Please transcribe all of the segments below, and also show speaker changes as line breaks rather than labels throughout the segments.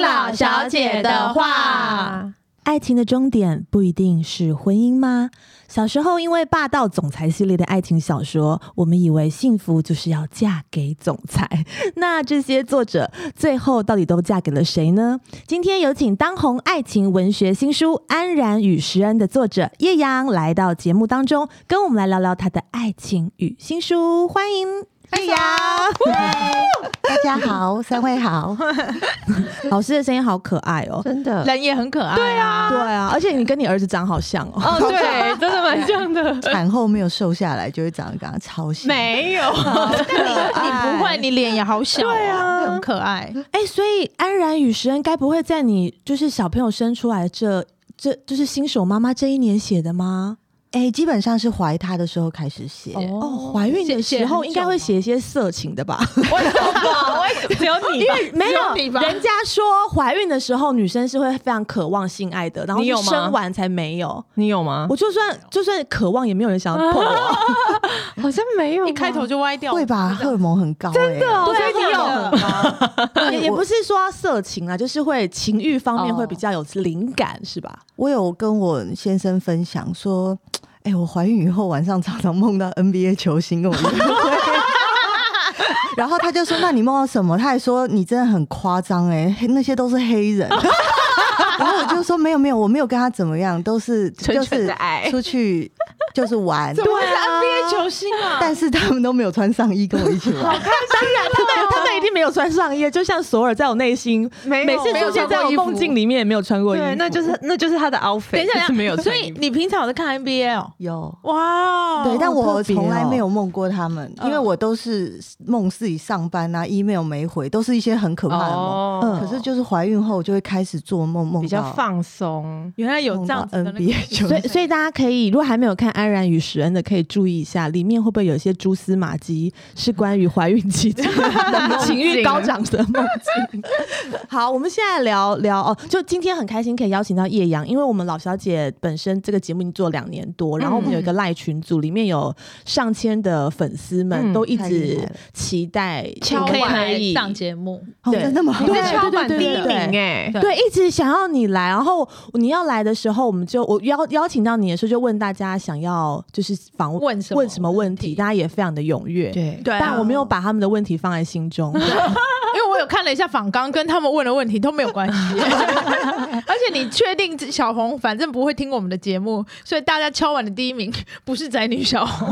老小姐的话。
爱情的终点不一定是婚姻吗？小时候因为霸道总裁系列的爱情小说，我们以为幸福就是要嫁给总裁。 那这些作者最后到底都嫁给了谁呢？今天有请当红爱情文学新书《安然与石恩》的作者叶阳来到节目当中，跟我们来聊聊他的爱情与新书。欢迎
哎
叶阳，
大家好，三位 好，
老师的声音好可爱哦。
真的，
人也很可爱、对啊，
对啊，而且你跟你儿子长好像哦。
哦，对，真的蛮像的。
产后没有瘦下来，就会长得跟他超像。
没有，但你你不会，你脸也好小、对啊，很可爱。
哎、所以安然与石恩该不会在你就是小朋友生出来这这就是新手妈妈这一年写的吗？
哎、基本上是怀他的时候开始写，
哦，怀孕的时候应该会写一些色情的吧？
为什么？为 什么只有你吧？因为
没有，人家说怀孕的时候女生是会非常渴望性爱的，然后
你有
是
吗
生完才没有。
你有吗？
我就算就算渴望，也没有人想要碰
啊
我。
好像没有吧，
一开头就歪掉，
会吧？荷尔蒙很高、欸真的、
对啊，
所以你有
有
也也不是说要色情啊，就是会情欲方
哦
面会比较有灵感，是吧？
我有跟我先生分享说，哎、我怀孕以后晚上常常梦到 NBA 球星跟我约会。 然后他就说：“那你梦到什么？”他还说：“你真的很夸张哎，黑那些都是黑人。” 然后我就说：“没有没有，我没有跟他怎么样，都是
纯
就
纯
是
的爱
出去就是玩。”
对啊，NBA 球星啊，
但是他们都没有穿上衣跟我一起 玩。
当
啊
然， 他们他们一定没有穿上衣，就像索尔在我内心，
没有
每次出现在我梦境里面也没有穿过衣服
对，。那就是那就是他的 outfit，
等一
就是
下，
没有
所
穿
以
衣服，
你平常有在看 NBA 哦？
有，
哇哦，
对，但
好
我
特别
从来
哦嗯
没有梦过他们，因为我都是梦自己上班啊，email 没回，都是一些很可怕的梦。嗯
哦
可是就是怀孕后就会开始做梦，梦
比较
到
放松。
原来有
梦
这
到
样子的那个
NBA 球
所以，
星
所以大家可以，如果还没有看《安然与石恩》的，可以注意一下，里面会不会有一些蛛丝马迹是关于怀孕期间情欲高涨的梦境？ 好，我们现在聊聊哦，就今天很开心可以邀请到叶阳，因为我们老小姐本身这个节目已经做两年多，然后我们有一个赖群组，里面有上千的粉丝们
嗯
都一
太厉
直
害了
期待
敲
可以
碗
来上节目，
哦，
对
真的吗？
你在敲
板
对
第
对
一
对
名哎，
欸对
对，一直想要你来，然后你要来的时候，我们就我邀邀请到你的时候，就问大家想要就是访问
问什么
问什么问题，大家也非常的踊跃。
对
对啊
但我没有把他们的问题放在心中。
因为我有看了一下访纲，跟他们问的问题都没有关系。 而且你确定小红反正不会听我们的节目，所以大家敲完的第一名不是宅女小红，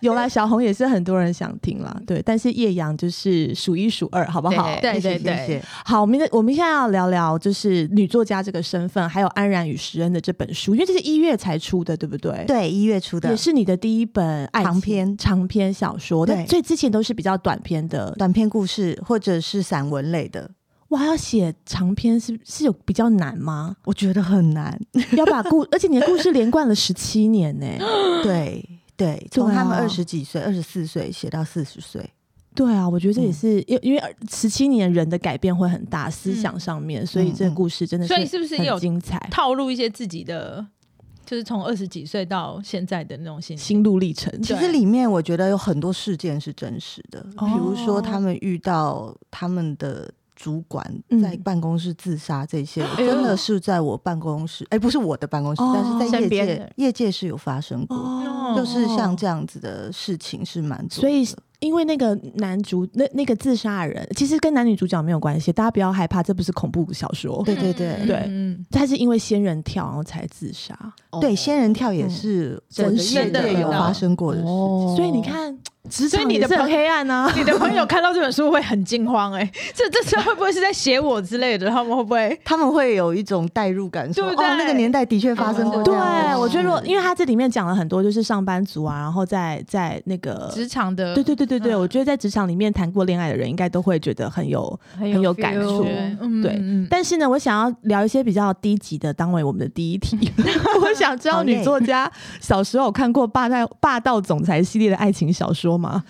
有来小红也是很多人想听啦，对，但是叶阳就是数一数二，好不好？
对
谢谢
对对
谢谢
好，我们的我们现在要聊聊就是女作家这个身份，还有《安然与石恩》的这本书，因为这是一月才出的，对不对？
对，一月初的
也是你的第一本爱情
长篇
长篇小说，
对
那所以之前都是比较短篇的
短篇故事或者是散文类的，？
哇，要写长篇是是有比较难吗
我觉得很难。
要把故，而且你的故事连贯了十七年呢、
对对，从他们
对啊
二十几岁、二十四岁写到四十岁，
对啊，我觉得这也
嗯
是因、因为十七年人的改变会很大，思想上面，所以这个故事真的是
嗯所以是不是也有
很精彩
套路一些自己的，就是从二十几岁到现在的那种心情。
心路历程？
其实
对
里面我觉得有很多事件是真实的，
哦
比如说他们遇到他们的主管
嗯
在办公室自杀 这些，
哎呦
真的是在我办公室，哎、不是我的办公室，
哦
但是在
身
业
边的
界业界是有发生过，
哦
就是像这样子的事情是蛮多的，
所以因为那个男主那那个自杀的人，其实跟男女主角没有关系，大家不要害怕，这不是恐怖小说。
对对对
嗯嗯，
他是因为仙人跳然后才自杀，
对仙人跳也是我
哦
的
嗯真实
业
的
界有发生
嗯
过的事情。
嗯所以你看，职
哦所以
场
你的
也是很
朋
黑暗啊。
你的朋友看到这本书会很惊慌哎、 这这这会不会是在写我之类的？他们会不会？
他们会有一种代入感说，
对不对
哦，那个年代的确发生过
哦
嗯
这
对
样的事。，
我觉得如果因为他这里面讲了很多，就是上班族啊，然后在在那个
职场
呃
的
对对对对对，
嗯
我觉得在职场里面谈过恋爱的人，应该都会觉得很有
很
有感
feel
触
对嗯
对
嗯
但是呢，我想要聊一些比较低级的，当为我们的第一题。 我想知道女作家小时候有看过霸道霸道总裁系列的爱情小说吗？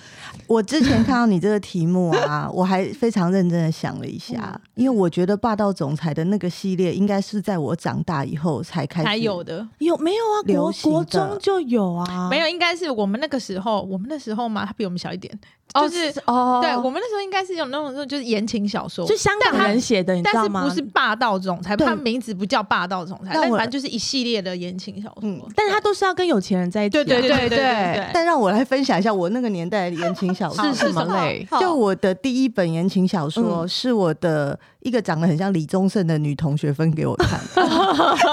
我之前看到你这个题目 啊，我还非常认真的想了一
嗯
下，因为我觉得霸道总裁的那个系列应该是在我长大以后才开始
才有的。
有没有啊？国
流行
国
的
中就有啊？
没有，应该是我们那个时候，我们那时候嘛，他比我们小一点，就是
哦
对我们那时候应该是有那种就是言情小说，
就香港人写的，你知
但
道
是
吗？
不是霸道总裁，
对
他名字不叫霸道总裁，
但
但
我
反正就是一系列的言情小说。
嗯
但是他都是要跟有钱人在一起、啊。
对对对对
对
对，
但让我来分享一下我那个年代的言情小说
好
是
是
什么
什么嗯
类？
就我的第一本言情小说，是我的一个长得很像李宗盛的女同学分给我看，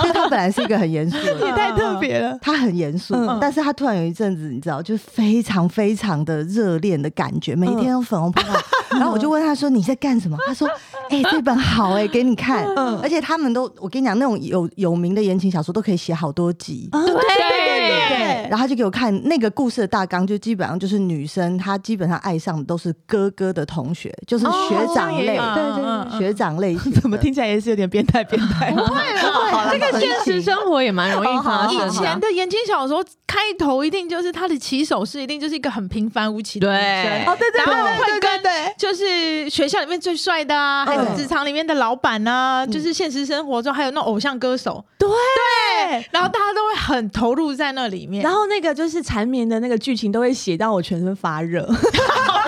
就她本来是一个很严肃的人，
太特别了。
她很严肃，
嗯
但是她突然有一阵子，你知道，就是非常非常的热恋的感觉，每一天都粉红泡泡。
嗯
然后我就问她说：“你在干什么？”她说：“哎、这本好哎、给你看。”
嗯
而且他们都，我跟你讲，那种有有名的言情小说都可以写好多集。
啊，
嗯
对
对，然后他就给我看那个故事的大纲，就基本上就是女生，她基本上爱上的都是哥哥的同学，就是学长类，
哦
对
对对对
学长类型 的。
怎么听起来也是有点变态变态？
会了，
这个现实生活也蛮容易
啊
发生的。
哦
以前的言情小说开头一定就是他的起手式，一定就是一个很平凡无奇的女
对
生，
哦，对对
然后
对，
会跟就是学校里面最帅的啊，还有
嗯
职场里面的老板啊，就是现实生活中还有那种偶像歌手，
嗯对
对，然后大家都会很投入在那里面
然。后那个就是缠绵的那个剧情都会写到我全身发 热。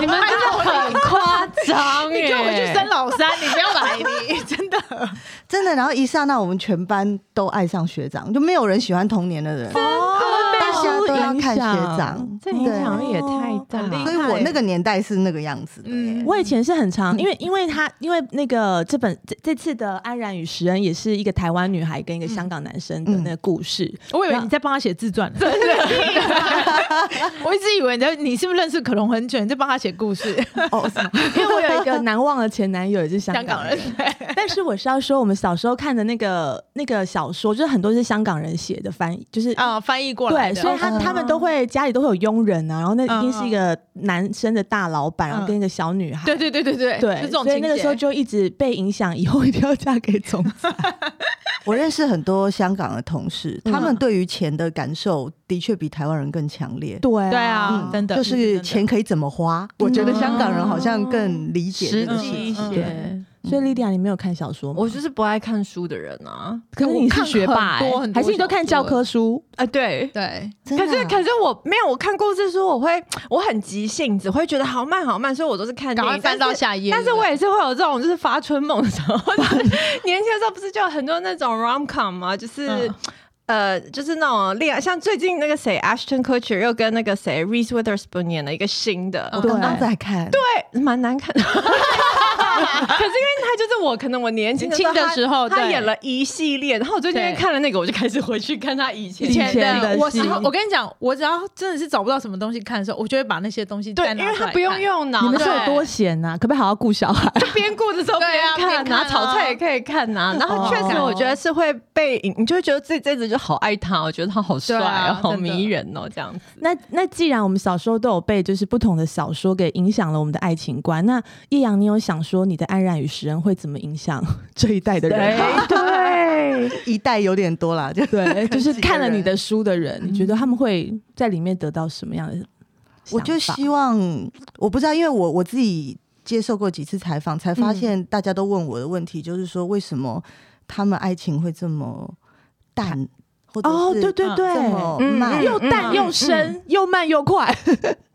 你们真的很夸张耶！
你给我回去生老三，你不要来，你 真的
真的，然后一刹那，我们全班都爱上学长，就没有人喜欢童年的人，
哦
大家都要
影
看学
响
长。
这影响力也太大
对
所
了。
以我那个年代是那个样子的耶。
欸嗯
我以前是很常，因为因为他因为那个这本这这次的《安然与石恩》也是一个台湾女孩跟一个香港男生
嗯
的那个故事，
嗯
我以为你在帮他写自传呢， 我一直以为你在，你是不是认识可龙很久？你在帮他写故事，
哦，
因为 我有一个难忘的前男友也是香
香港
港
人
人，但是我是要说我们小时候看的那个那个小说，就是很多是香港人写的翻译，就是
啊，翻译过来
对，
的。哦
所以他他们都会家里都会有佣人啊，然后那一定是一个男生的大老板，
嗯
然后跟一个小女孩。
对对对对对，就
对，
这种
所以
情
那个时候
节。
就一直被影响，以后一定要嫁给 总裁。
我认识很多香港的同事，
嗯
他们对于钱的感受的确比台湾人更强烈。嗯
对嗯
对啊，真的
就是钱，可以怎么花，我觉得香港人好像更理解
实
这个
嗯
事
际一
情。
些，
所以莉迪亚，你没有看小说吗？
我就是不爱看书的人啊。
可是你是学霸、
我看很多
欸
很，多
还
哦
是你都看教科书？
啊，对。
对
真
可
的
是
啊
可是我没有，我看故事书，我会我很急性子，会觉得好慢好慢，所以我都是看
赶
电
快
影。但
翻到
是
下一页。
但是我也是会有这种，就是发春梦的时候， 就是年轻的时候不是就有很多那种 rom com 吗？就是。
嗯
呃，就是那种恋爱，像最近那个谁，Ashton Kutcher 又跟那个谁，Reese Witherspoon 演了一个新的，
嗯
我刚刚
对
啊在看，
对，蛮难看的。 可是因为他就是我，可能我年轻
年轻的
他
时候
他
对
演了一系列，然后我最近
对
看了那个，我就开始回去看他以前
以前
以前
的
的
我
戏
只要，我跟你讲，我只要真的是找不到什么东西看的时候，我就会把那些东西
对
再，拿
因为
出
他
来
不用
看。
用脑，
你们
对
是有多闲呐、啊？可不可以好好顾小孩？
边顾着时候
对
边
啊
看
边看
啊，
啊
炒菜也可以看呐、然后确实，我觉得是会被影，你就会觉得这这子就好爱他，我觉得他好帅
对
哦
啊，
好
真的
迷人哦，这样子。
那那既然我们小时候都有被就是不同的小说给影响了我们的爱情观，那叶阳，你有想说你的《安然与石恩》会怎么影响 这一代的人吗？
对，
一代有点多啦，就
对，就是
几个
看了你
人
的书的人，你觉
嗯
得他们会在里面得到什么样的想法？
我就希望，我不知道，因为我我自己接受过几次采访，才
嗯
发现大家都问我的问题，就是说为什么他们爱情会这么淡，或者
哦，
是
对对
嗯
对，
这么
嗯
慢，
又
嗯
淡又深、又慢又快，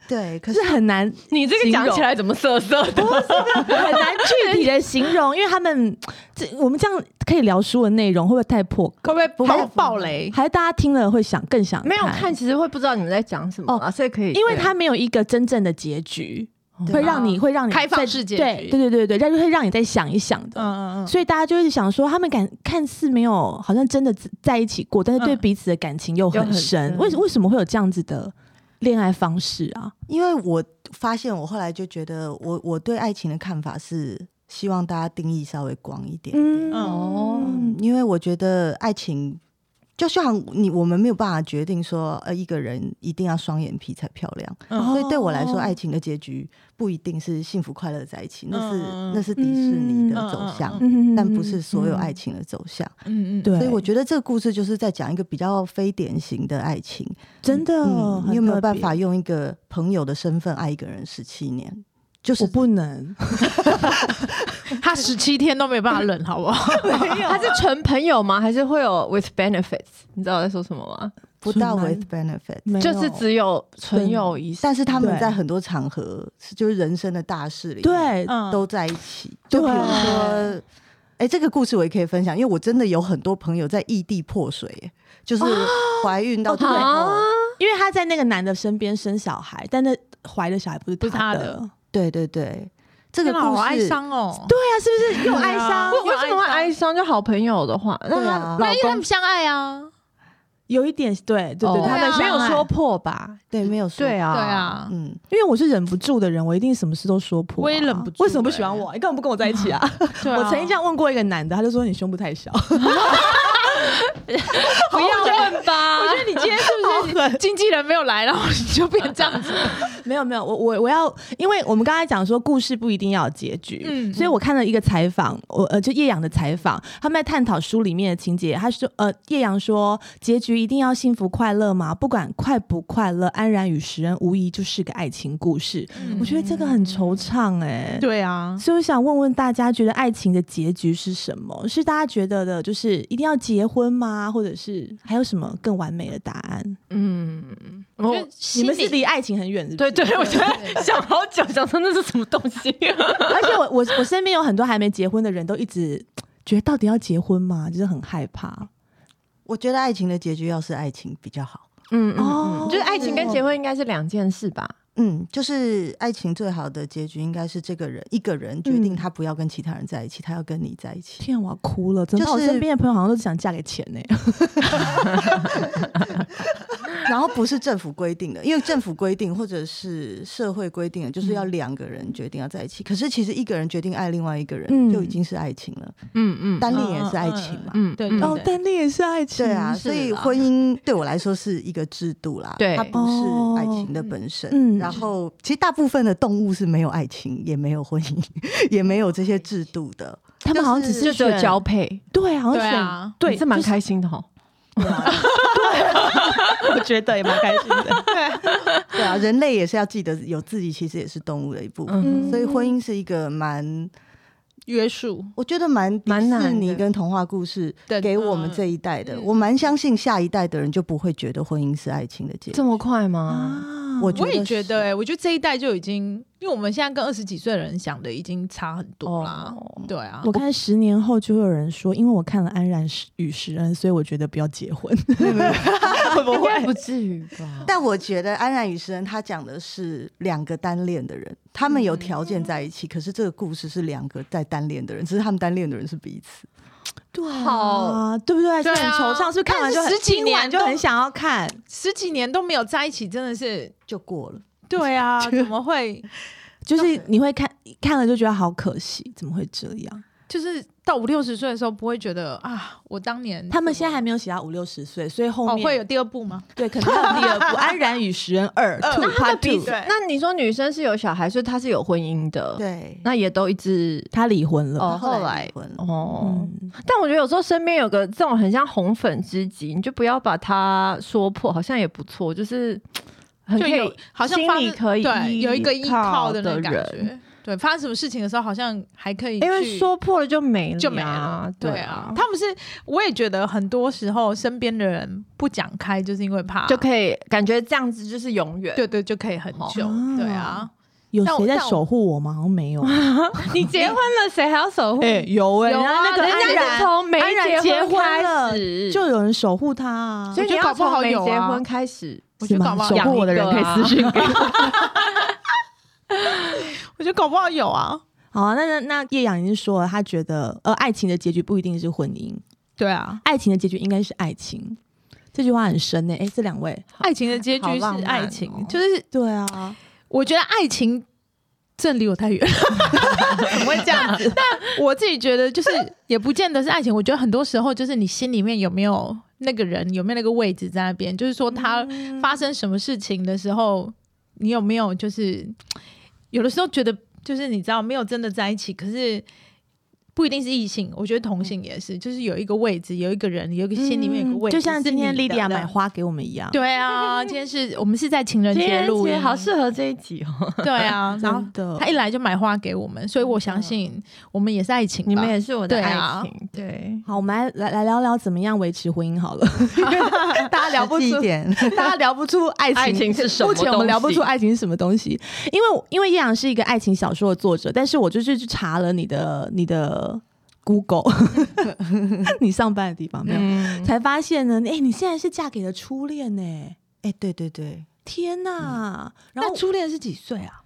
对，可
就是是很难
你这个讲起来怎么涩涩的？
很难具体的形容，因为他们这我们这样可以聊书的内容，会不会太破？
会不会
太
好暴雷？
还是大家听了会想更想
没有看，其实会不知道你们在讲什么啊，所以可以，
因为它没有一个真正的结局，
对
会让你会让你
开放
再
式结局
对对对对对，让会让你再想一想的。
嗯嗯嗯，
所以大家就是想说，他们感看似没有好像真的在一起过，但是对
嗯
彼此的感情又
又
很
很
深。
深
为为什么会有这样子的恋爱方式啊？
因为我发现，我后来就觉得我，我对爱情的看法是希望大家定义稍微广一点，
嗯
哦
嗯，因为我觉得爱情。就像你，我们没有办法决定说，呃，一个人一定要双眼皮才漂亮。
嗯
所以对我来说，
哦
爱情的结局不一定是幸福快乐在一起，那是
嗯
那是迪士尼的
嗯
走向，
嗯
但不是所有爱
情。
情的走向。
嗯嗯，
嗯对，
所以我觉得这个故事就是在讲一个比较非典型的爱情。
真的，
嗯，
很
你有没有
特
办
别
法用一个朋友的身份爱一个人十七年？就是
我不能，
他十七天都没办法忍，好不好？
他是纯朋友吗？还是会有 with benefits？你知道我在说什么吗？
不到
纯爱
with benefit，
没
就
有
是只有纯
对
友谊，
但是他们
对
在很多场合，是就是人生的大事里，，
对，
嗯
都在一起。就比如
对
说，哎，这个故事我也可以分享，因为我真的有很多朋友在异地破水，哎就是怀孕到最后，
啊，
因为她在那个男的身边生小孩，但那怀的小孩不是
不是
她
她
的。
的
对对对，这个
天哪
故
好哀
事，
伤哦。
对啊，是不是又哀伤？
为为什么会哀伤？就好朋友的话，那
对
他
啊，
那因为他们相爱啊，
有一点，对对对，
哦
他
对
们
啊
没
相
有
爱
说，破吧？
对没有说，
对，啊，
对，啊，
嗯，
因为我是忍不住的人，我一定什么事都说破啊。
我也忍不住
为什么不喜欢我？你根本不跟我在一起啊！
对啊
我曾经这样问过一个男的，他就说你胸部太小。
不要问吧
我。觉得你今天 是不是经纪人没有来，然后你就变这样子？
没有没有，我我我要，因为我们刚才讲说故事不一定要有结局，
嗯
所以我看了一个采访，我呃就叶阳的采访，他们在探讨书里面的情节，他说呃叶阳说结局一定要幸福快乐吗？不管快不快乐，安然与食人无疑就是个爱情故事。
嗯
我觉得这个很惆怅哎、
对啊，
所以我想问问大家，觉得爱情的结局是什么？是大家觉得的，就是一定要结婚吗？或者是还有什么更完美的答案？
嗯，
我
我
觉得
你
心
们是
里
离爱情很远是不
对
是，
对，我觉得想好久，想说那是什么东西。
啊
而且我我我身边有很多还没结婚的人都一直觉得到底要结婚吗？就是很害怕。
我觉得爱情的结局要是爱情比较好。
嗯
哦
就是爱情跟结婚应该是两件事吧？
嗯，就是爱情最好的结局应该是这个人一个人决定
嗯
他不要跟其他人在一起，他要跟你在一起。
天啊，我要哭了！怎么办
就
我
是
身边的朋友好像都只想嫁给钱呢、
然后不是政府规定的，因为政府规定或者是社会规定的，就是
嗯
要两个人决定要在一起。可是其实一个人决定爱另外一个
嗯
人，就已经是爱情了。
嗯嗯
单恋也是爱情嘛。
嗯
对
嗯
对
哦，但那也是爱情。
对啊，
是
所以
啦
婚姻对我来说是一个制度啦，
对哦
它不是爱情的本身。
嗯
然后，其实大部分的动物是没有爱情，也没有婚姻， 也没有这些制度的。
他们好像只是
就只有
选
交配，
对，好
对
像选
啊，
对，
也是蛮开心的哦哈。
就
啊
是我觉得也蛮开心 的。
对啊，人类也是要记得有自己，其实也是动物的一部分。
嗯，
所以婚姻是一个蛮，
约束
我觉得蛮迪
蛮难
士
的
尼跟童话故事
对
给我们这一代的，
嗯
我蛮相信下一代的人就不会觉得婚姻是爱情的结
这
果。
么快
啊
吗？
我
我也
是
觉得、欸，我觉得这一代就已经，因为我们现在跟二十几岁的人想的已经差很多啦。
哦
对啊，
我看十年后就会有人说，因为我看了《安然与石恩》，所以我觉得不要结 婚，会不
啊应该
会
不？至于吧？
但我觉得安然与诗人他讲的是两个单恋的人，他们有条件在一起，可是这个故事是两个在单恋的人，只是他们单恋的人是彼此。
对啊
好，
对不对？是
对啊
很惆怅，是不是看完就很
但是十几
听完
年
就
都
很想要看。
十几年都没有在一起，真的是
就过了，
对 啊，怎么会？
就是你会看看了就觉得好可惜，怎么会这样？
就是到五六十岁的时候，不会觉得啊，我当年
他们现在还没有写到五六十岁，所以后
哦
面、
会有第二部吗？
对，可能会有第二部 《安然与食人二》Two
呃啊
那他
Part
们彼
Two
此。，那你说女生是有小孩，所以她是有婚姻的，，
对。
那也都一直
他离婚了。
哦，
后
后
来
来
离婚 了
哦。
嗯，
但我觉得有时候身边有个这种很像红粉知己，你就不要把它说破，好像也不错，就是很
就
可以
有好像
心
发
里
生
可以
对有一个依
靠
靠的那个感
人，
觉。对，发生什么事情的时候，好像还可以去，
因为说破了就没了呀，
就没了。对
对
啊，他们是，我也觉得很多时候身边的人不讲开，就是因为怕
就可以感觉这样子就是永远。
对对，就可以很久。
哦
对啊，
有
但我
谁在
但我
守护我吗？好像没有。
你结婚了，谁还要守护？
哎、有哎、
有
人
啊
家那个
人
安
家
人家是
然
从没
安然结
结
婚
开
了
始，
就有人守护他啊。
所以
我觉得
你要
搞不
从
好
没
有
结
啊
婚开始，
我
是
觉
吗
得搞不好
守
有
护我的人可以私信给我。
我觉得搞不好有啊。
好啊，那那那叶阳已经说了，他觉得呃，爱情的结局不一定是婚姻，
对啊，
爱情的结局应该是爱情。这句话很深呢、哎、这两位，
爱情的结
好
局是
浪漫
爱情，
哦
就是
对啊，
我觉得爱情正离我太远，怎么会这样 子？但我自己觉得，就是也不见得是爱情。我觉得很多时候就是你心里面有没有那个人，有没有那个位置在那边，就是说他
嗯
发生什么事情的时候，你有没有就是有的时候觉得就是你知道没有真的在一起，可是。不一定是异性，我觉得同性也是，就是有一个位置，有一个人，有一个心里面有个位
嗯
置，
就像今天
是你
莉
的
莉亚买，花给我们一样，
对啊，今天是我们是在情人节录音，
好适合这一集哦。
对啊，然后
真的，
他一来就买花给我们，所以我相信我们也是爱情吧。
你们也是我的
对
爱
啊
情，对。
好，我们来来来聊聊怎么样维持婚姻好了。大家聊不
实际
出
一点
大家聊不出爱情，
爱情是什
目
么
前我们聊不出
东西
爱情是什么东西，因为因为叶阳是一个爱情小说的作者，但是我就是去查了你的你的 Google，你上班的地方没有，
嗯，
才发现呢，哎、你现在是嫁给了初恋呢、
哎，对对对，
天哪！然后
那初恋是几岁啊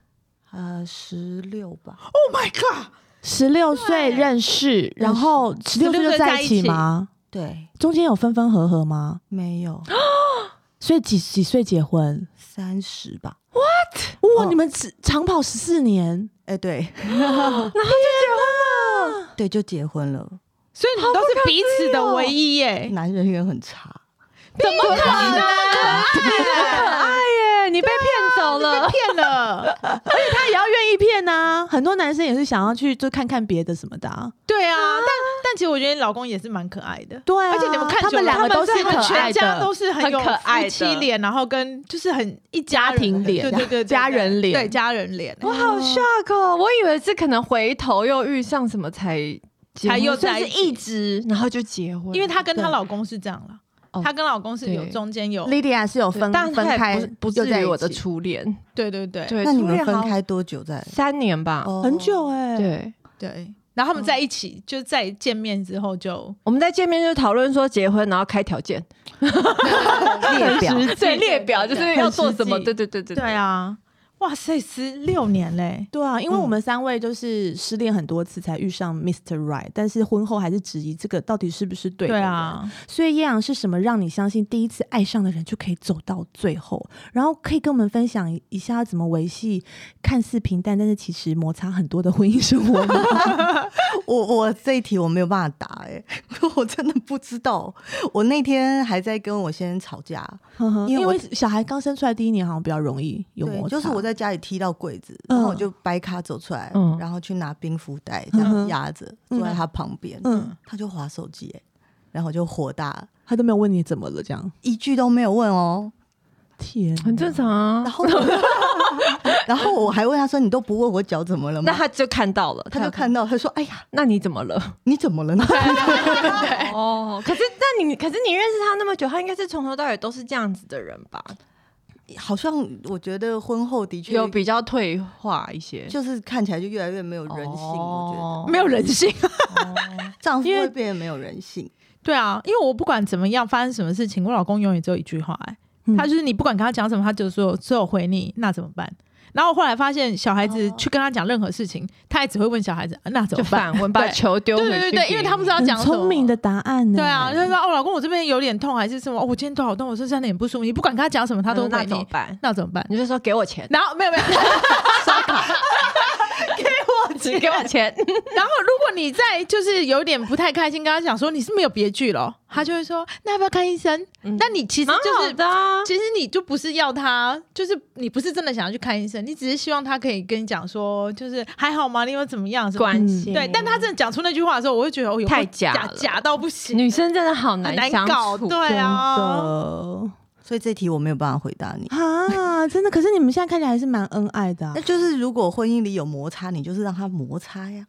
呃，十六吧，
？Oh my god！
十六岁
对
认识，然后十六岁就在一起吗？
对，
中间有分分合合吗？
没有
所以几几岁结婚？
三十吧，
哇，
哦
你们只长跑十四年，
哎，对
天哪！
对，就结婚了，
所以你们都是彼此的唯一
哎
耶？
男人缘很差。
怎么可能？
可爱耶，你被骗走了，
骗了？
他也要愿意骗呐、很多男生也是想要去就看看别的什么的、啊。
对啊，但但其实我觉得你老公也是蛮可爱的。
对啊，
而且你们看久
他
了，
们两个都
他们
可爱
全家
的，
都是很有
很可爱的
夫妻脸，然后跟就是很一家人
家庭脸
对对对对，对
家人脸
对家人脸，
我好 shock 哦，我以为是可能回头又遇上什么才结婚
才又
所以
在一
是
起
一直，然后就结婚，
因为她跟她
对
老公是这样了，
哦
她跟老公是有
对
中间有，
Lydia 是有分
但
分
她
开
也不是
又在
不至
一
于
起
哎我的初恋，
对对对
对，
那你
初
们
恋啊
分
好像
开多久再？
三年吧，
哦
很
啊
久哎、
对。
对，然后他们在一起，就在见面之后就
我们在见面就讨论说结婚，然后开条件，
哦列表
对列表就是要做什么，
很实际
对对对对
对啊，哇塞，十六年嘞，
对啊，因为我们三位就是失恋很多次才遇上 Mr. Right，但是婚后还是质疑这个到底是不是对的
对
人。
啊，
所以叶阳是什么让你相信第一次爱上的人就可以走到最后？然后可以跟我们分享一下怎么维系看似平淡，但是其实摩擦很多的婚姻生活吗？
我我这一题我没有办法答、欸，哎， 我真的不知道。我那天还在跟我先生吵架，
呵呵
因为
因
我
为小孩刚生出来第一年好像比较容易有
对
摩，擦，
就是我在家里踢到柜子，然后我
嗯
就掰卡走出来，
嗯
然后去拿冰敷袋
嗯
这样
哼
压着，
嗯
坐在他旁边，
嗯，
他就划手机、欸，然后我就火大，
他都没有问你怎么了，这样
一句都没有问哦。
天
很正常
然
啊。
后， 然后我还问他说：“你都不问我脚怎么了吗
那他就看到了？”，
他就
有
看，到，他说：“哎呀，
那你怎么了？
你怎么了呢？”
哦，可是那你可是你认识他那么久，他应该是从头到尾都是这样子的人吧？
好像我觉得婚后的确
有比较退化一些，
就是看起来就越来越没有人性，我觉得。
没有人性。
丈夫
哦因为
会变得没有人性。
对啊，因为我不管怎么样发生什么事情，我老公永远只有一句话、哎、
嗯
他就是你不管跟他讲什么，他就说只有回你，那怎么办？然后我后来发现，小孩子去跟他讲任何事情，他也只会问小孩子、啊那怎
就
么办？
反问，把
对
球丢回
对对
去给你。
对对，因为他不知道
很
讲什么
嗯聪明的。答案呢、
对啊，他说哦，老公，我这边有点痛还是什么？哦，我今天头好痛，我身上有点不舒服。你不管跟他讲什么，他都回
嗯那怎么
你，
办？
那怎么办？
你就说给我 钱，
然后没有没有，
只 给我 钱。
然后如果你在就是有点不太开心，跟他讲说你是没有别句了，他就会说那要不要看医生？
嗯
那你其实
蛮
就
好
是
的啊，
其实你就不是要他，就是你不是真的想要去看医生，你只是希望他可以跟你讲说，就是还好吗？你有怎么样？什么
关心
对，但他真的讲出那句话的时候，我会觉得哦，有
太
够
假
假
了
假到不行，
女生真的好
很
难
难
相
搞，
处。
对啊，
的。
所以这题我没有办法回答你。
啊，真的！可是你们现在看起来还是蛮恩爱的、 啊
那就是如果婚姻里有摩擦，你就是让他摩擦呀。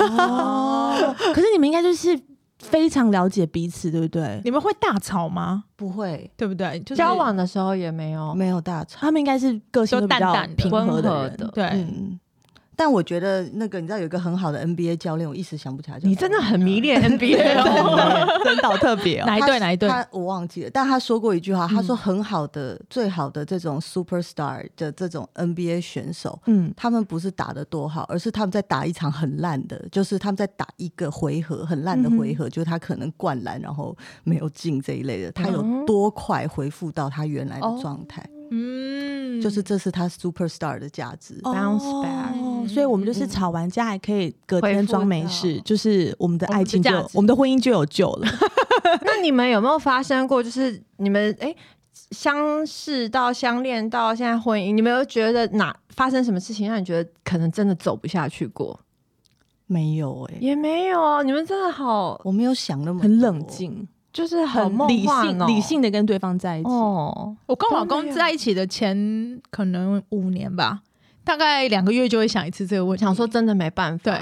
哦。可是你们应该就是非常了解彼此，对不对？
你们会大吵吗？
不会，
对不对？就是
交往的时候也没有，
没有大吵。
他们应该是个性都比
都
较
淡淡的
平和
温和
人
的
对，
嗯，但我觉得那个你知道有一个很好的 NBA 教练，我一时想不起来叫什么。
你真的很迷恋 NBA 哦。
真的好特别哦。
哪一
他
对哪一对？
他我忘记了，但他说过一句话，他说很好的、最好的这种 superstar 的这种 NBA 选手，
嗯，
他们不是打得多好，而是他们在打一场很烂的，就是他们在打一个回合很烂的回合，就是他可能灌篮然后没有进这一类的，他有多快恢复到他原来的状态，
嗯，
就是这是他 superstar 的价值。
Bounce back
哦所以我们就是吵完架还可以隔天装没
恢复
事，
到
就是我们的爱情就
我们的价值
我们的婚姻就有救了。
那你们有没有发生过，就是你们哎、相识到相恋到现在婚姻，你们有觉得哪发生什么事情让你觉得可能真的走不下去过？
没有哎、
也没有啊，你们真的好，
我没有想那么
很
多
冷，静，
就是好
很
梦
理
幻哦
性，理性的跟对方在一起。
哦。
我跟我老
都没
公
有
在一起的前可能五年吧，大概两个月就会想一次这个问
我
题，
想说真的没办法，
对，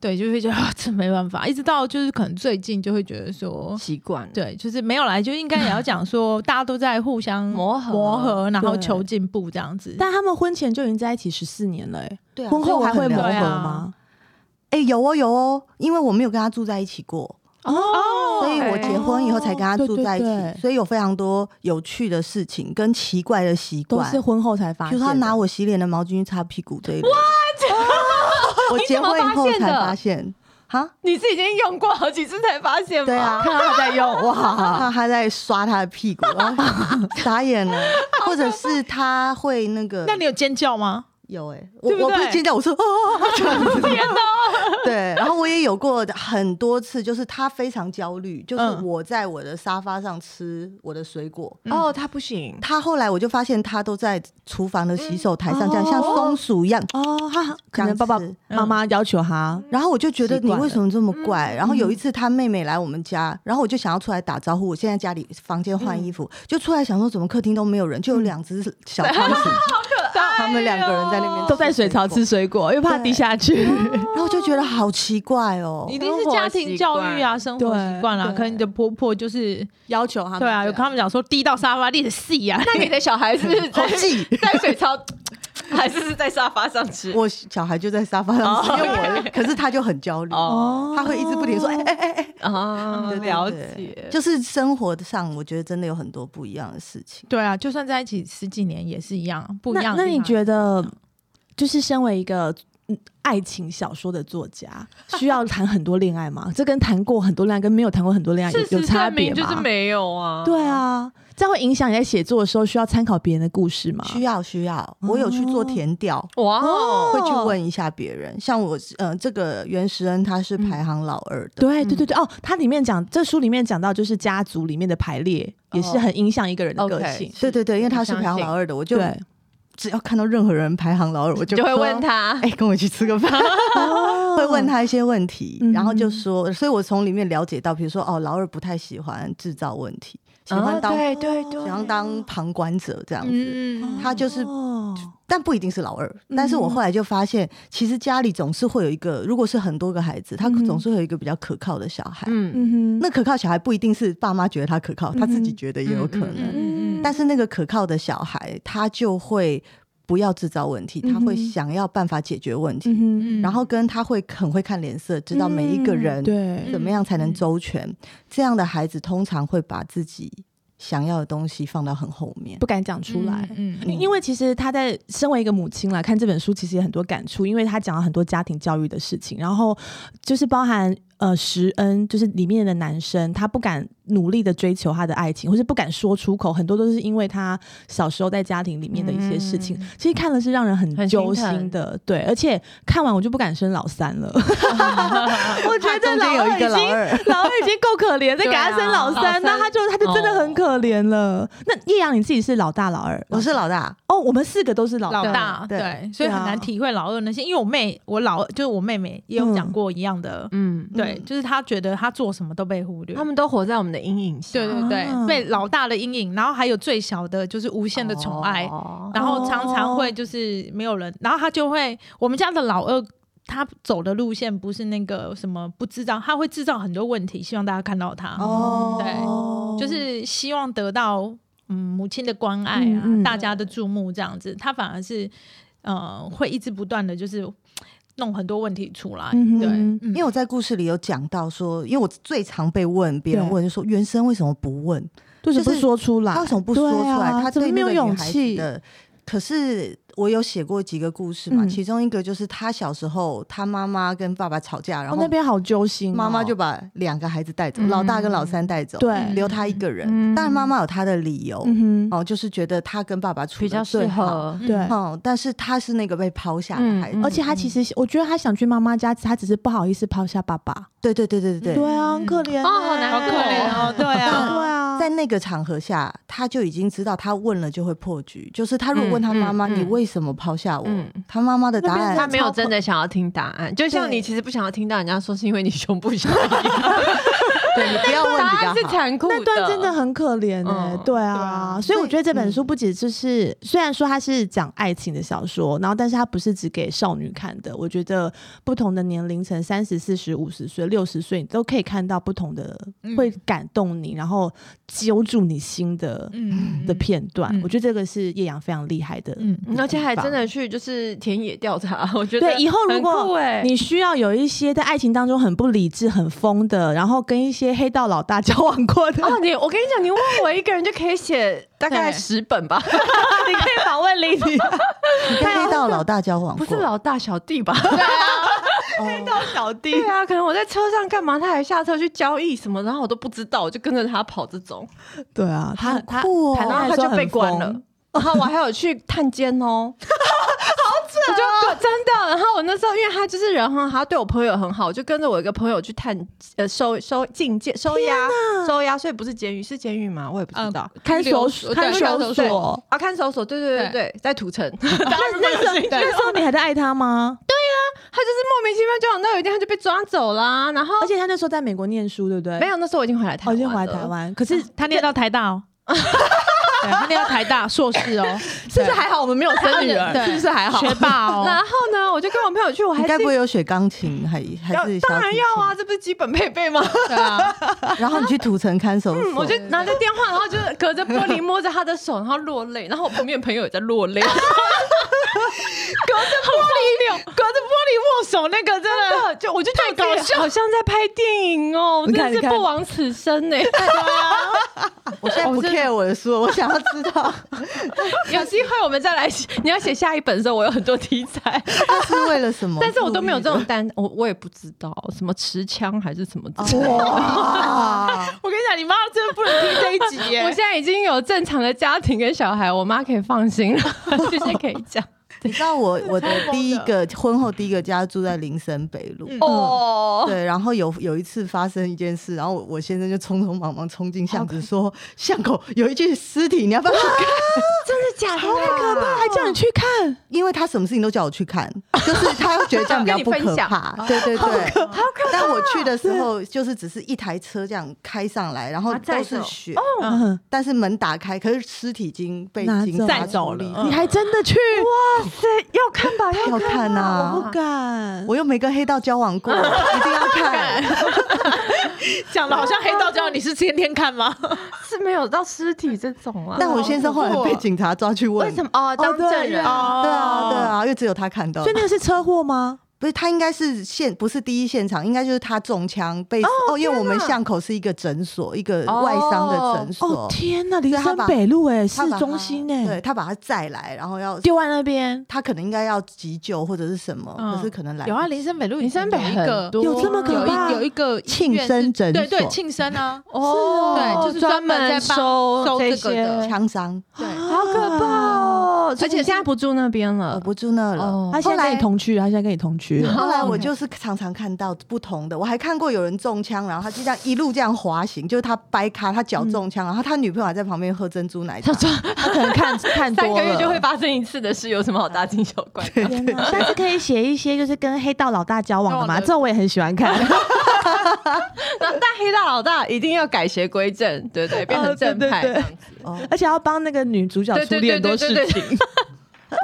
对，就会觉得、啊、这没办 法，一直到就是可能最近就会觉得说，
习惯了。
对，就是没有来，就应该也要讲说，大家都在互相
磨合
磨合，然后
对
求进步这样子。
但他们婚前就已经在一起十四年了、欸，
对啊
婚后还会磨合
对啊
吗？
哎、有哦有哦，因为我没有跟他住在一起过，
哦
所以我结婚以后才跟他
对
住在一起，
对对
所以有非常多有趣的事情跟奇怪的习
都
惯
是，婚后才发
比
现的。
如他拿我洗脸的毛巾去擦屁股这一类的。 我
你
结
怎么
婚以
发
后
现
才
的
发现，哈，
你是已经用过好几次才发现吗？
对啊，
看到他在用， 哇，
他他在刷他的屁股，然后 傻眼了，或者是他会那个，
那你有尖叫吗？
有哎、欸，
对不
我我不是
对
尖叫，我说 哦，这样子对，然后我也有过很多次，就是他非常焦虑，就是
嗯
我在我的沙发上吃我的水果。
哦，他不行，
他后来我就发现他都在厨房的洗手台上，这样、
哦
像松鼠一样。
哦，他可能爸爸
这样子
妈妈要求他，
然后我就觉得
习
你
惯了嗯
为什么这么怪？然后有一次他妹妹来我们家，然后我就想要出来打招呼。我现在家里房间
嗯
换衣服，就出来想说怎么客厅都没有人，就有两只小仓 鼠，他们两个人在那边
哦都在水槽吃水果，又怕
对
滴下去。
然后我就觉得好奇怪哦。
一定是家庭教育啊，生活习惯啦、
对
可能你的婆婆就是
要求他们
对啊，有
这
跟
样
他们讲说滴到沙发里的戏啊，
那你的小孩是不是在
好气
在水槽，还是是在沙发上吃？
我小孩就在沙发上
哦
吃，因为我可是他就很焦虑，
哦
他会一直不停地说：“哎哎哎哎，
啊
对对
了
对
解，
就是生活上，我觉得真的有很多不一样的事情。
对啊，就算在一起十几年也是一样，不一
那
样
那
的地方。
你觉得，就是身为一个嗯爱情小说的作家，需要谈很多恋爱吗？这跟谈过很多恋爱跟没有谈过很多恋爱
事
有有
实
差
证
别
明
吗？
就是没有啊。
对啊，这样会影响你在写作的时候需要参考别人的故事
啊
吗？
需要需要，我有去做填调，
哇哦，
会去问一下别人。像我，呃，这个袁石恩他是
嗯
排行老二的，
对对对对、哦，它里面讲这书里面讲到，就是家族里面的排列也是
哦
很影响一个人的个
OK
性。
对对对，因为他
我
是
相
排行
信
老二的，我就
对，
只要看到任何人排行老二，我就
就会
说
问他哦
哎、跟我去吃个饭， 会
哦
问他一些问题，
嗯
然后就说，所以我从里面了解到，比如说哦，老二不太喜欢制造问题，喜欢当、
啊对对对，
喜欢当旁观者这样子。
嗯，
他就是
哦
但不一定是老二，但是我
嗯
后来就发现，其实家里总是会有一个，如果是很多个孩子，他
嗯哼
总是会有一个比较可靠的小孩。
嗯，
嗯哼，
那可靠小孩不一定是爸妈觉得他可靠，他自己
嗯哼
觉得也有可能。
嗯嗯嗯，
但是那个可靠的小孩，他就会不要制造问题，
嗯哼
他会想要办法解决问题，
嗯哼
嗯
然后跟他会很会看脸色，知道每一个人
嗯对嗯
怎么样才能周全。这样的孩子通常会把自己想要的东西放到很后面
不。敢讲出来。
嗯嗯
因因为其实他在身为一个母亲来看这本书，其实也很多感触，因为他讲了很多家庭教育的事情，然后就是包含呃石恩，就是里面的男生，他不敢努力的追求他的爱情，或是不敢说出口，很多都是因为他小时候在家庭里面的一些事情，其实看了是让人很
很心
揪心
疼
的，对，而且看完我就不敢生老三了，我觉得
中
老
间有
二
一个
已
老
经
二，
老二已经够可怜，再给他
对啊
生老
老
三，
三
那他就他就真的很可怜了。那叶阳你自己是老大老二，
我是老大，
哦，我们四个都是老
老
大，
大
对
对，所
对
以很
啊
难体会老二那些，因为我妹，我老就是我妹妹也有讲过一样的，
嗯，
对，
嗯
就是她觉得她做什么都被忽略
他。们都活在我们的阴影下，哦
对对对，
啊
被老大的阴影，然后还有最小的，就是无限的宠爱，
哦
然后常常会就是没有人，然后他就会我们家的老二。他走的路线不是那个什么不制造，他会制造很多问题，希望大家看到他，
哦
就是希望得到嗯母亲的关爱啊，
嗯嗯
大家的注目这样子。他反而是呃会一直不断的就是弄很多问题出来，
嗯哼
对，
因为我在故事里有讲到说，因为我最常被问别人
对
问，就说原生为什么不问，
为什么
就
不
是
说出来？
他为什么不说出
对
来？
啊
他
怎么
对
没
那
有
个女
勇
孩
气哦
子？的，可是我有写过几个故事嘛，
嗯
其中一个就是他小时候，他妈妈跟爸爸吵架，然
哦，
后
那边好揪心哦，
妈妈就把两个孩子带走，
嗯
老大跟老三带走，
对
留他一个人。
嗯
但妈妈有她的理由，
嗯哼，
哦，就是觉得他跟爸爸处
比较
得
适
最好。
嗯
合，
对。
哦，但是他是那个被抛下的孩子，
嗯嗯
而且他其实，我觉得他想去妈妈家，他只是不好意思抛下爸爸。
对对对对对
对啊，很可怜欸，
哦好难
好
过
可怜哦，对啊，
对啊，
嗯
在那个场合下，他就已经知道他问了就会破局。就是他如果问他
嗯
妈妈：“
嗯嗯
你为什么抛下我
嗯？”
他妈妈的答
那变
案
他
成
没有真的想要听答案，就像
对
你其实不想要听到人家说是因为你胸部小一样，
对你不要问
答
比较
案啊是
好。
残酷
那段真的很可怜哎、
嗯
对
对
啊，
啊
所以我觉得这本书不仅就是，虽然说它是讲爱情的小说，然后但是它不是只给少女看的，我觉得不同的年龄层，三十、四十、五十岁、六十岁，你都可以看到不同的
嗯
会感动你，然后揪住你心的、
嗯
的片段。
嗯
我觉得这个是叶阳非常厉害的，
嗯
嗯而且还真的去就是田野调查，我觉得
对，以后如
很酷
果
欸
你需要有一些在爱情当中很不理智、很疯的，然后跟一些黑道老大交往过的，
哦，你我跟你讲，你问我一个人就可以 写大概
对
十本 吧，你可以访问 Lily，
你跟黑道老大交往
不
过？
是老大小弟吧？啊
哦
小弟
对啊，可能我在车上干嘛，他还下车去交易什么，然后我都不知道，我就跟着他跑这种，
对啊，他
好酷哦
他谈
然
恋爱的
后他
时候
就
很
被关了
疯。
然哦后我还有去探监 哦，好准、哦我就真的。然后我那时候，因为他就是人很好，他对我朋友很好，我就跟着我一个朋友去探呃收收进监收押收押，所以不是监狱是监狱吗？我也不
嗯
知道。
呃
看守
所，
看
对
守所。
啊，看守所，对对对对，在土城， 他就是
大家如果有兴趣 的 话
那时候你还在爱他吗？
莫名其妙交往到有一天他就被抓走啦，然后
而且他那时候在美国念书，对不对？
啊没，有，那时候我已经回来台
哦，
湾
已
了，
经回来台湾。可是
是 他念到台大哦，对，他念到台大硕士哦，
是不是还好我们没有生女儿？
对
是不是还好？
学霸
然
哦，
后呢，我就跟我朋友去，我还
你
是
该不会有学钢琴，还还
要
是小
当然
提
要啊，
琴？
这不是基本配备吗？
对啊，
然后你去土城看守所，
嗯，我就拿着电话，然后就是隔着玻璃摸着他的手，然后落泪，然后我旁边的朋友也在落泪，
隔着玻璃握手那个真的，
真的就我就觉得
太搞
自己
笑
好像在拍电影哦，我
你看
真
你
的是
看
不枉此生呢。
我现在不 care 我的书，我想要知 道
有机会我们再来写，你要写下一本的时候，我有很多题材。
他是为了什么，
但是我都没有这种单，我我也不知道什么持枪还是什么之类的。
哇，
我跟你讲，你妈真的不能听这一集耶
我现。在已经有正常的家庭跟小孩，我妈可以放心了， 这些可以讲。
你知道我我的第一个婚后第一个家住在林森北路。
嗯
哦，
对，然后有有一次发生一件事，然后我我先生就匆匆忙忙冲进
哦
巷子说：“巷口有一具尸体，你要不要去看
真的假的？好可怕！
还叫你去看，？”
因为他什么事情都叫我去看，就是他觉得这样比较不
跟你
可
分享
怕。对对对，但我去的时候就是只是一台车这样开上来，然后
啊
都
载
是
走
血，
嗯，
但是门打开，可是尸体已经被
拿
警
走
察
载走了
处理
嗯
你还真的去？哇，
对，要看吧，
要
要
哦
看。
看啊！
我不敢。
我又没跟黑道交往 过，一定要看。
讲的好像黑道教你是天天看吗？
是没有到尸体这种啊。
但我先生后来被警察抓去问，
为什？么？哦，当证人。
哦
对啊，对啊，因为只有他看到
所以。那个是车祸吗？
不是他应该是现不是第一现场，应该就是他中枪被哦，因为我们巷口是一个诊所，一个外伤的诊
哦
所，
天哪，林
所以他
森
把
北路哎，市
他把他
中心
对
哎，
他把他载来，然后要
丢在那边，
他可能应该要急救或者是什么，
嗯
可是可能来
有
不
啊，
及
林森北路以
林
前
森
有
北
一
很
个
多啊
有这么可
有
怕
一有一个医
庆
院是
生诊所
对对庆生啊，
哦
对就是专门在帮
收
收
这
这个
些
的
枪伤，
对
好可怕哦！
而且
所以你现在不住那边
我
了。
不住那了。
呃哦
啊他现在跟你同居，他现在跟你同居了。
后来我就是常常看到不同的，我还看过有人中枪，然后他就这样一路这样滑行，就是他掰咖，他脚中枪，然后他女朋友还在旁边喝珍珠奶茶。
他可能看看多
三
了，
个月就会发生一次的事，有什么好大惊小怪？ 的？
天哪！下次可以写一些就是跟黑道老大交往的
交
嘛，
往的
这我也很喜欢看。
然后但黑道老大一定要改邪归正，对不对，变成正派
对对对
这样子。
哦，
而且要帮那个女主角
对
处
对
理很
对
多
对
事
对对啊
情。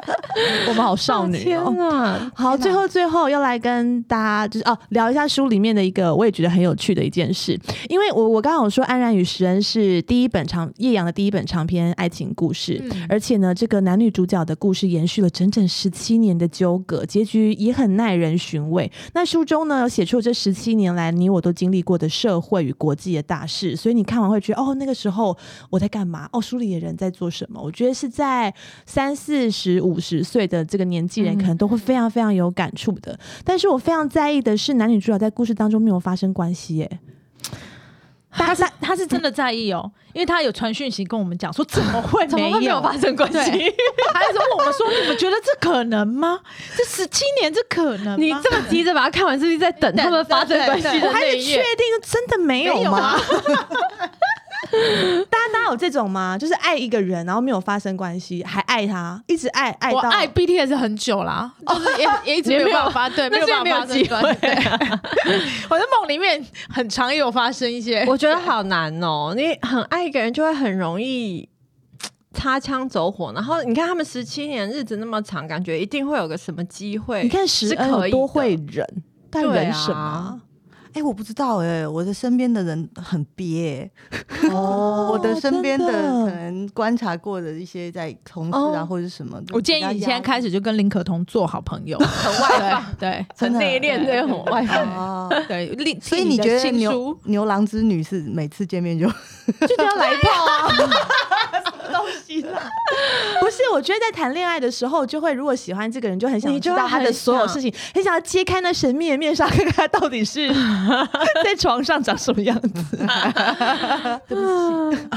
我们好少女 哦、
哪！
好，最后最后要来跟大家就是哦聊一下书里面的一个我也觉得很有趣的一件事，因为我我刚刚有说《安然与石恩》是第一本长叶阳的第一本长篇爱情故事，
嗯
而且呢，这个男女主角的故事延续了整整十七年的纠葛，结局也很耐人寻味。那书中呢有写出这十七年来你我都经历过的社会与国际的大事，所以你看完会觉得哦，那个时候我在干嘛？哦，书里的人在做什么？我觉得是在三四十、五十岁的这个年纪人，
嗯
可能都会非常非常有感触的。但是我非常在意的是，男女主角在故事当中没有发生关系耶。
他是他是真的在意哦，因为他有传讯息跟我们讲说 怎么会
怎么
没
会没有
有
发生关系
对？他一直问我们说你们觉得这可能吗？这十七年这可能吗？
你这么急着把它看完，是不是在等他们发生关系
对
的
我还
那
是
一
确
页？
定真的没有吗？ 大家大家有这种吗？就是爱一个人，然后没有发生关系，还爱他，一直爱爱
我
到
爱 BTS 很久啦，就是也也一直没有办 法发，对，没有办法发生关系。对我在梦里面很常有发生一些，
我觉得好难哦、你很爱一个人，就会很容易擦枪走火。然后你看他们十七年日子那么长，感觉一定会有个什么机会。
你看史恩
是可
有
以
多
的
会忍，但
对
忍什么
啊？
哎、我不知道哎、我的身边的人很憋、
哦
我的身边的可
的
能观察过的一些在同事啊、
哦
或者是什么的，
我建议你现在开始就跟林可彤做好朋友，很外放， 对
真的
内敛这 种外
啊。
放，
哦
对，令
所以你觉得
信
牛
书
牛郎织女是每次见面就
就要来泡啊？
不是，我觉得在谈恋爱的时候，就会如果喜欢这个人，就很想
你
知
就会
道他的
很
所有
想
事情，很想要揭开那神秘的面纱，看看他到底是在床上长什么样子。
啊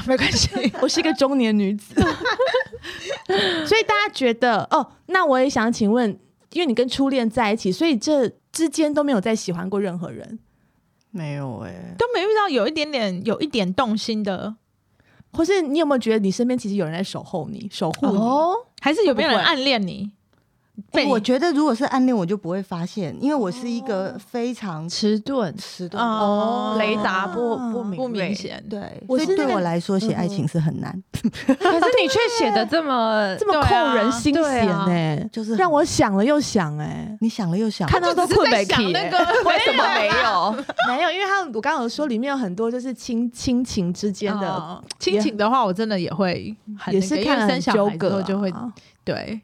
没关系，
我是一个中年女子，所以大家觉得哦，那我也想请问，因为你跟初恋在一起，所以这之间都没有再喜欢过任何人，
没有哎、
都没遇到有一点点有一点动心的，
或是你有没有觉得你身边其实有人在守候你、守护你？
哦，
还是有没有人
会不会
暗恋你？
欸
被你
我觉得如果是暗恋，我就不会发现，因为我是一个非常
迟钝，
迟钝的人。
哦
雷达不不敏
不明
嗯
锐
显，
对，
我
所
是
以
那
对
个
我来说写爱情是很难，
可
嗯
是你却写的这么
这么
对啊
扣人心
对
弦
啊
呢、
就是很
让我想了又想、哎。
你想了又想，
看到都困北
想
起
那
欸，
个
为什么没有？
没有，因为他我刚刚有说里面有很多就是亲亲情之间的，
哦亲情的话，我真的也会很
也
那个
是
因为
看
生
很
小
纠
孩之
葛
后
啊，
就会对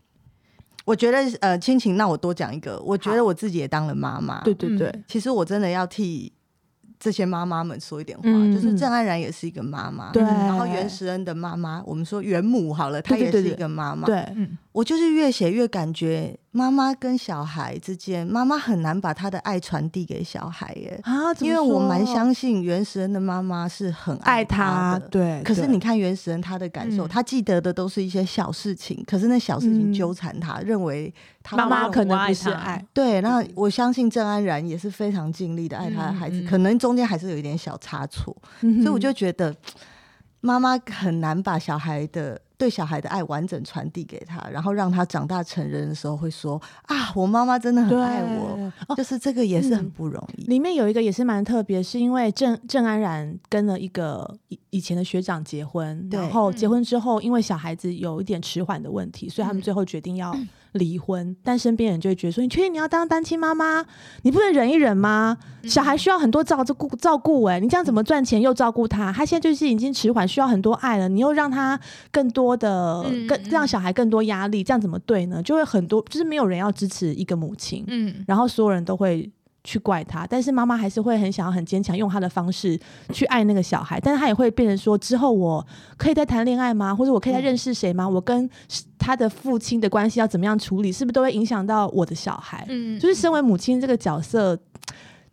我觉得呃亲情，那我多讲一个，我觉得我自己也当了妈妈，
对对对，
其实我真的要替这些妈妈们说一点话，
嗯
就是郑安然也是一个妈妈，
对
然后袁石恩的妈妈，我们说袁母好了，她
对对
也
对
是一
对
个妈妈。
对，
嗯，
我就是越写越感觉妈妈跟小孩之间，妈妈很难把她的爱传递给小孩耶，
啊，怎么
因为我
说
蛮相信袁石恩的妈妈是很
爱
他
他
的，。
对。
可是
对
你看袁石恩他的感受，
嗯
他记得的都是一些小事情，可是那小事情
嗯
纠缠他，认为他
妈妈
妈
可
我
能
爱
不是
他
爱，
对，那
嗯
我相信郑安然也是非常尽力的爱他的孩子，
嗯嗯嗯
可能中间还是有一点小差错，
所
所以我就觉得妈妈很难把小孩的对小孩的爱完整传递给他，然后让他长大成人的时候会说啊，我妈妈真的
对
很爱我，
哦。
就是这个也是很
嗯
不容易。
里面有一个也是蛮特别，是因为郑郑安然跟了一个以以前的学长结婚，
对
然后
嗯
结婚之后，因为小孩子有一点迟缓的问题，所以他们
嗯
最后决定要离婚。但身边人就会觉得说：“你确定你要当单亲妈妈？你不能忍一忍吗？
嗯
小孩需要很多照顾照顾，哎，你这样怎么赚钱又照顾他？他现在就是已经迟缓，需要很多爱了，你又让他更多的
嗯
更
嗯
让小孩更多压力，这样怎么对呢？就会很多，就是没有人要支持一个母亲。
嗯，
然后所有人都会去怪他，但是妈妈还是会很想要很坚强，用她的方式去爱那个小孩，但是她也会变成说，之后我可以再谈恋爱吗？或者我可以
嗯
再认识谁吗？我跟他的父亲的关系要怎么样处理？是不是都会影响到我的小孩？
嗯，
就是身为母亲这个角色，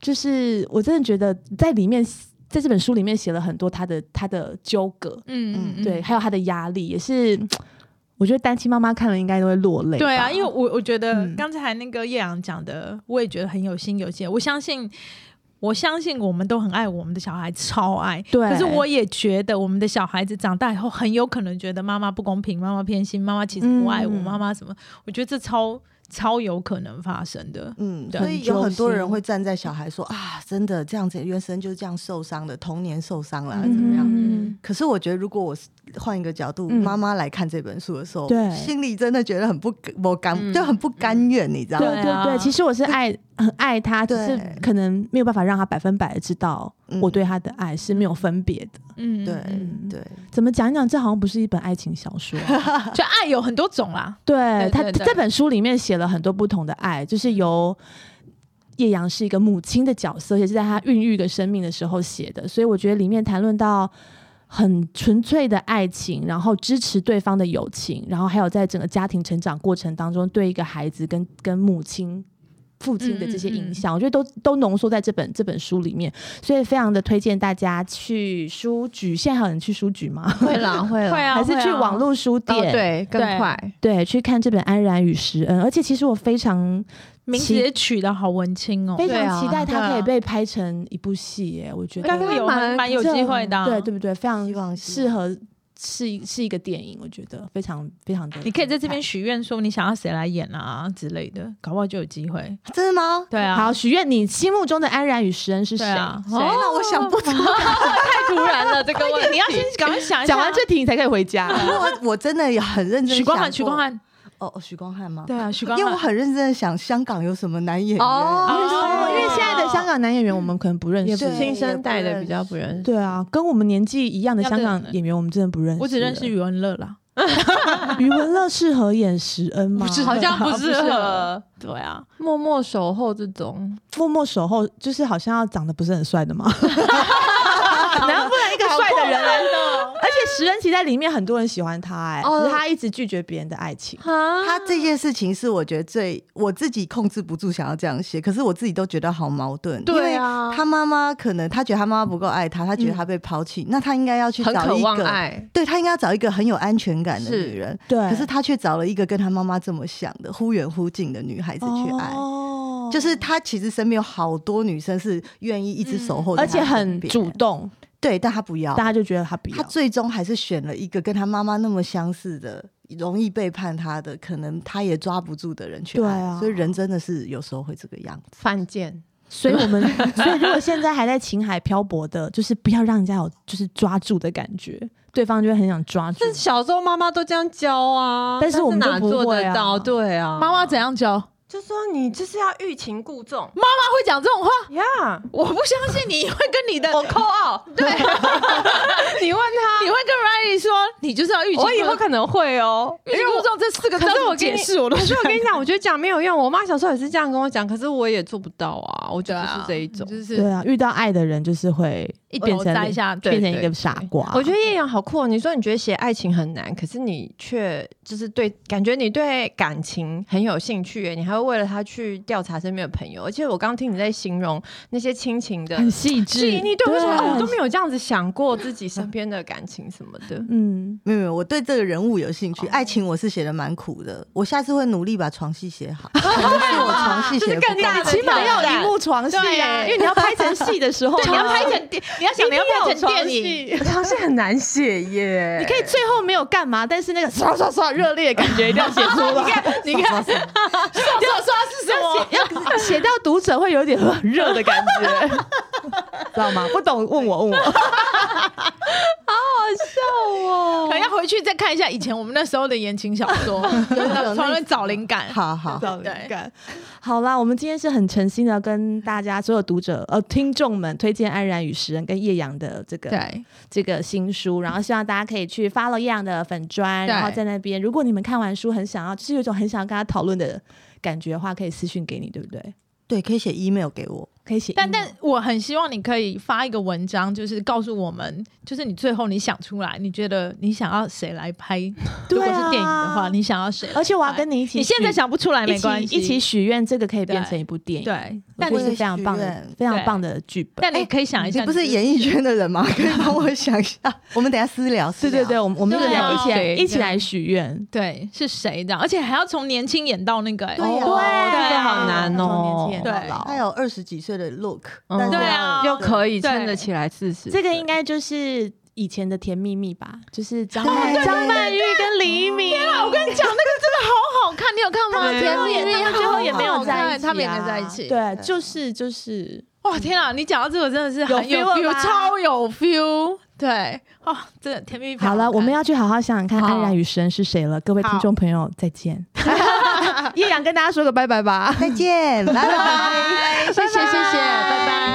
就是我真的觉得在里面，在这本书里面写了很多他的他的纠葛，
嗯嗯
对，，还有他的压力，也是我觉得单亲妈妈看了应该都会落泪吧。
对啊，因为我我觉得
嗯
刚才那个叶阳讲的，我也觉得很有心有血。我相信，我相信我们都很爱我们的小孩，超爱。
对，
可是我也觉得，我们的小孩子长大以后，很有可能觉得妈妈不公平，妈妈偏心，妈妈其实不爱我，
嗯
妈妈什么？我觉得这超超有可能发生的。
嗯，
对
所以有
很
很多
揪
人
心
会站在小孩说啊，真的这样子，原生就是这样受伤的，童年受伤了，啊
嗯
怎么样？
嗯
可是我觉得，如果我是换一个角度，
嗯
妈妈来看这本书的时候，
对
心里真的觉得很不我甘，
嗯
就很不甘愿，你知道吗？
对
对
对
啊
对，其实我是爱很爱他，只
对
是可能没有办法让他百分百的知道
嗯
我对他的爱是没有分别的。
嗯，
对
嗯
对，
怎么讲一讲，这好像不是一本爱情小说啊、
就爱有很多种啦。
对
对
他
对对
这本书里面写了很多不同的爱，就是由叶阳是一个母亲的角色，也是在她孕育一个生命的时候写的，所以我觉得里面谈论到。很纯粹的爱情，然后支持对方的友情，然后还有在整个家庭成长过程当中，对一个孩子跟跟母亲、父亲的这些
嗯
影响，我觉得都都浓缩在这本这本书里面，所以非常的推荐大家去书局。现在还有人去书局吗？
会啦会啦，
会啊，
还是
会啊
去网络书店？
哦对，更
对
快。
对，去看这本《安然与石恩》，而且其实我非常
名字也取得好文青哦，
非
对
常
啊
期待
对
它
啊
可以被拍成一部戏耶，我觉得
应该会有蛮蛮有机会的啊、
对对不对？非常
希望
适合是一是一个电影，我觉得非常非常的。
你可以在这边许愿，说你想要谁来演啊之类的，搞不好就有机会。
真的吗？
对啊，
好许愿，你心目中的安然与石恩是谁
对？啊，
谁
哦
哎让我想不 出来。
太突然了，这个问题
你要先赶快想一下。
讲完这题你才可以回 家。
哦
我我真的也很认真。
许光汉，许光，汉，
哦，许光汉吗？
对啊，许光
因为我
汉。
很认真的想，香港有什么男演员？
哦
哦
因为现在的香港男演员我们可能不认识
也，不
新生代的比较不认识。
对啊，跟我们年纪一样的
要
香
这样
港演员我们真的不认识。
我只认识余文乐啦，
余文乐适合演石恩吗？
不适合
好像不
啊不
适
适
合
合对啊，
默默守候这种，
默默守候，就是好像要长得不是很帅的嘛。然后不然一个帅的人来， 而且石恩其实在里面很多人喜欢他、哎、
哦
只是他一直拒绝别人的爱情。
哈
他这件事情是我觉得最我自己控制不住想要这样写，可是我自己都觉得好矛盾。
对啊
因为他妈妈可能他觉得他妈妈不够爱他，他觉得他被抛弃，那他应该要去
很
找
渴
一
望
个，
爱，
对他应该要找一个很有安全感的
是
女人。
对，
可是他却找了一个跟他妈妈这么像的忽远忽近的女孩子去爱，
哦
就是他其实身边有好多女生是愿意一直守候在
嗯而
他身
且
边，
很主动，
对，但他不要
大，家就觉得他不
他
要。
最终还是选了一个跟他妈妈那么相似的、容易背叛他的，可能他也抓不住的人去
对
爱。
啊
所以人真的是有时候会这个样子。
犯贱，
所以我 们，所以如果现在还在情海漂泊的，就是不要让人家有就是抓住的感觉，对方就会很想抓住。
这小时候妈妈都这样教啊，
但是我们就
哪做
不会啊
得到？对啊，
妈妈怎样教？妈
就说你就是要欲擒故纵
妈会讲这种话，
呀，
我不相信你会跟你的，
我扣二，对， 你问
你会跟 Riley 说，你就是要预
他，
期。
我以后可能会哦，
预期故纵这四个字
可是
要怎么
我跟
解
你
释我都
可
觉
是
得
我跟你讲，我觉得讲没有用。 我妈小时候也是这样跟我讲，可是我也做不到啊，我就
对
不
啊
是这一种。
就是
对啊，遇到爱的人就是会
一
变
头
成
栽下去
变成一
对
个
对
傻瓜。
我觉得叶阳好酷哦！你说你觉得写爱情很难，可是你却就是对感觉你对感情很有兴趣耶，你还会为了他去调查身边的朋友。而且我刚听你在形容那些亲情的
很细致，
细腻，对我就想哦，我都
很
没有这样子想过自己身边的感情什么 的。
嗯，
没有没有，我对这个人物有兴
哦
趣，爱情我是写的蛮苦的，我下次会努力把床戏 写好，可能是我床戏
这
写
是
得
更
不
大
够。
的
起码
挑
要有
战
一幕床戏
对
啊，
啊
因为你要拍成戏的时候，
你要拍成电，你要想你要拍成电影，
影，床戏很难写耶。
你可以最后没有干嘛，但是那个 刷刷刷热烈的感觉一定要写出 来，
你看，刷刷刷是什么？
要写到读者会有点呃热的感觉， 知道吗？不懂问我问 我，
可能要回去再看一下以前我们那时候的言情小说，从那边找灵感。
好好，
找灵
对
感。好啦，我们今天是很诚心的跟大家所有读者呃听众们推荐安然与石人跟叶阳的这个
对，
这个新书，然后希望大家可以去 follow 叶阳的粉砖，
对
然后在那边，如果你们看完书很想要，就是有一种很想要跟他讨论的感觉的话，可以私讯给你，对不对？
对，可以写 email 给我。
可以写 email，
但但我很希望你可以发一个文章，就是告诉我们，就是你最后你想出来，你觉得你想要谁来拍？如果是电影的话，你想要谁来拍？
而且我要跟你一起许，
你现在想不出来
一
没
起
关系，
一起许愿，这个可以
对
变成一部电影，
对。
我觉
但
得
我
是
也
非常棒
许
的
愿，
非常
对
棒的剧本。
但你啊可以想一
你
下，
不是演艺圈的人吗？ 可以帮我想一下。我们等一下私聊。私
对对对，
聊，
我们我们
对啊
一起来
对
一起来许愿，
对是谁这样，而且还要从年轻演到那个、欸，
对呀
哦
对
对啊
好难哦
从年轻人到
他
老
有二十几岁的 look，
嗯
但是
对啊
又可以
对
撑得起来四十岁，
这个应该就是以前的甜蜜蜜吧，就是张
对
曼
对对
张曼玉跟李敏。天啊，我跟
讲那个真的好好看，你有看吗？
对啊
甜蜜蜜，
最后也没有在一起、啊，
他们也没有在一起。，
对，就是就是，
哇天啊，你讲到这个真的是很
有
有
feel 了
feel，
吧
超有 feel。对，哦，真的甜蜜蜜非常
好了，
看
我们要去好好想想看《
好
安然与神》是谁了。各位听众朋友，再见。 叶阳跟大家说个拜拜吧。
再见，拜拜。
拜，谢谢谢谢，拜拜。